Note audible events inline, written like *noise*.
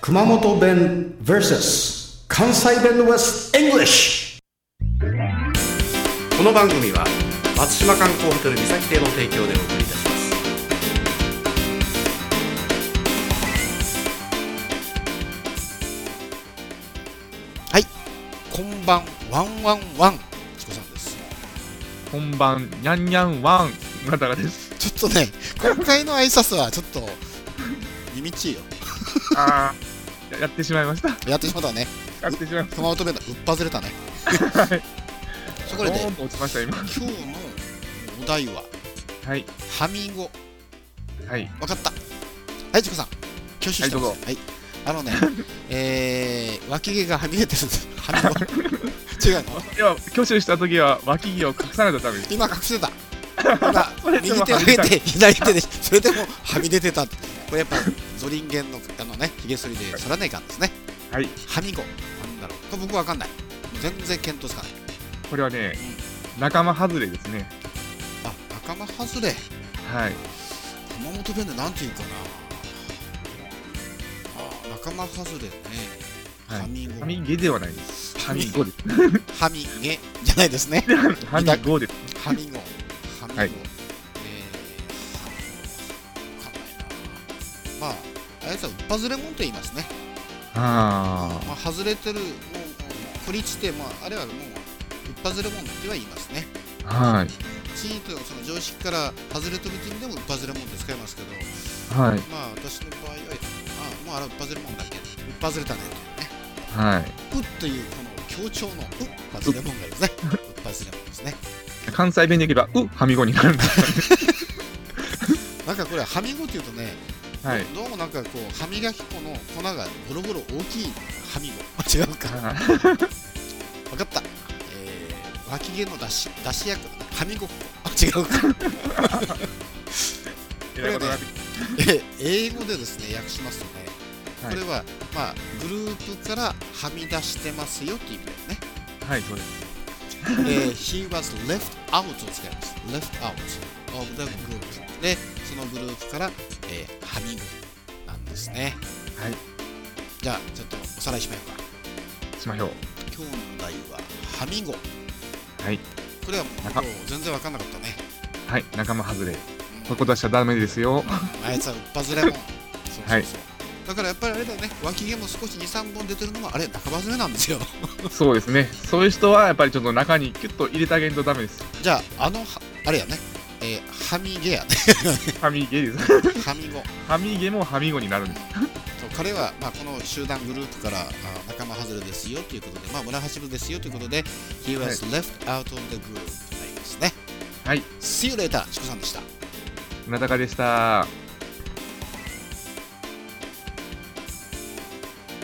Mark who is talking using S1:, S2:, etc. S1: 熊本弁 VS 関西弁 West English
S2: この番組は松島観光ホテル三崎邸の提供でお送りいたしますはいこんばんワンワンワンチコさんです
S3: こんばん、にゃんにゃんワン、村田です。
S2: ちょっとね今回の挨拶はちょっと耳ちいよ
S3: ああ、 *laughs* やってしまいました。
S2: やってしまったね
S3: やってしまいまし
S2: 熊本弁だうっぱずれたねそ
S3: た。
S2: こで
S3: ボー
S2: ね
S3: ンと落ちました、今。
S2: 今日のお題は
S3: はい、
S2: ハミ語
S3: はい、
S2: わかった。はい、チコさん。挙手してます。
S3: は
S2: はいい。あのね、えー、脇毛がはみ出てるんです。はみ出違うの
S3: では、挙手した時は脇毛を隠さないために。
S2: 今隠して
S3: *laughs*
S2: た。今、
S3: それで
S2: 右
S3: も
S2: 手を上げて、左手で、それでもはみ出てたって。これやっぱ、ゾリンゲンの、あのね、ひげ剃りで剃らねえかんですね。
S3: はい、
S2: はみご。なんだろう。これ僕わかんない。全然見当つかない。
S3: これはね、仲間外れですね。
S2: あ、仲間外れ。
S3: はい、
S2: 熊本弁でなんていうかな。あ、仲間外れね。
S3: はい
S2: はみご。
S3: 髪毛ではないです。
S2: はみ
S3: 髪毛で
S2: はみげじゃないです
S3: *laughs*
S2: ね。
S3: す。髪毛です。
S2: ハミゴ。ハミゴ。えー
S3: は
S2: ハミ
S3: い
S2: ゴわかんないな。まあ、あやつは、バズれもんと言いますね。
S3: あ
S2: まあ、外れてる、もう、もう振り散って、まあ、あれはもう、一発ズレもんっては言いますね。
S3: あ、はい、
S2: チーというその常識から外れてる時にでも一発ズレもんって使いますけど、
S3: はい、
S2: まあ私の場合は、あもうあれは一発ズレもんだけ、一発ズレたねというね、
S3: はい。
S2: うっというこの強調のうっ発ズレもんがですね、一発ズレもんですね。
S3: 関西弁でいけば、う、はみごになるんですかね。
S2: なんかこれ、ハミゴっていうとね、
S3: *laughs* はい。
S2: どうもなんかこう歯磨き粉の粉がボロボロ大きい歯磨き違うか
S3: あ
S2: 分かった、えー、脇毛の出し出し役歯磨き粉違うか、
S3: ーえらいことになって
S2: *laughs* えー英語でですね訳しますとね
S3: は
S2: こ
S3: い
S2: れは、まあ、グループからはみ出してますよっていう意味
S3: はい、そうです。
S2: だよね、
S3: *laughs*
S2: えー He was left out を使います left out of the group でそのグループから、えー、歯磨きなんですね
S3: はい
S2: じゃあちょっとおさらいしましょうか
S3: しましょう。
S2: 今日のお題はハミゴ
S3: はい
S2: これはもう
S3: 仲
S2: 今日全然分かんなかったね
S3: はい、仲間外れ。こういうことはしちゃダメですよ。
S2: あいつはうっぱずれもんそうそうそう、
S3: はい
S2: だからやっぱりあれだよね脇毛も少し23本出てるのもあれ仲間ずれなんですよ
S3: そうですね。そういう人はやっぱりちょっと中にキュッと入れてあげんとダメです。
S2: じゃああのはあれやねえー、ハミゲやね
S3: *laughs* はみ毛です。
S2: ハミゴ
S3: はみ毛もはみごになるんです。
S2: そう彼は、まあ、この集団グループからあ仲間外れですよということで、まあ、村橋部ですよということで He
S3: はい
S2: was left out of the group となりますね
S3: はい
S2: See you later チコさんでした
S3: なだかでした。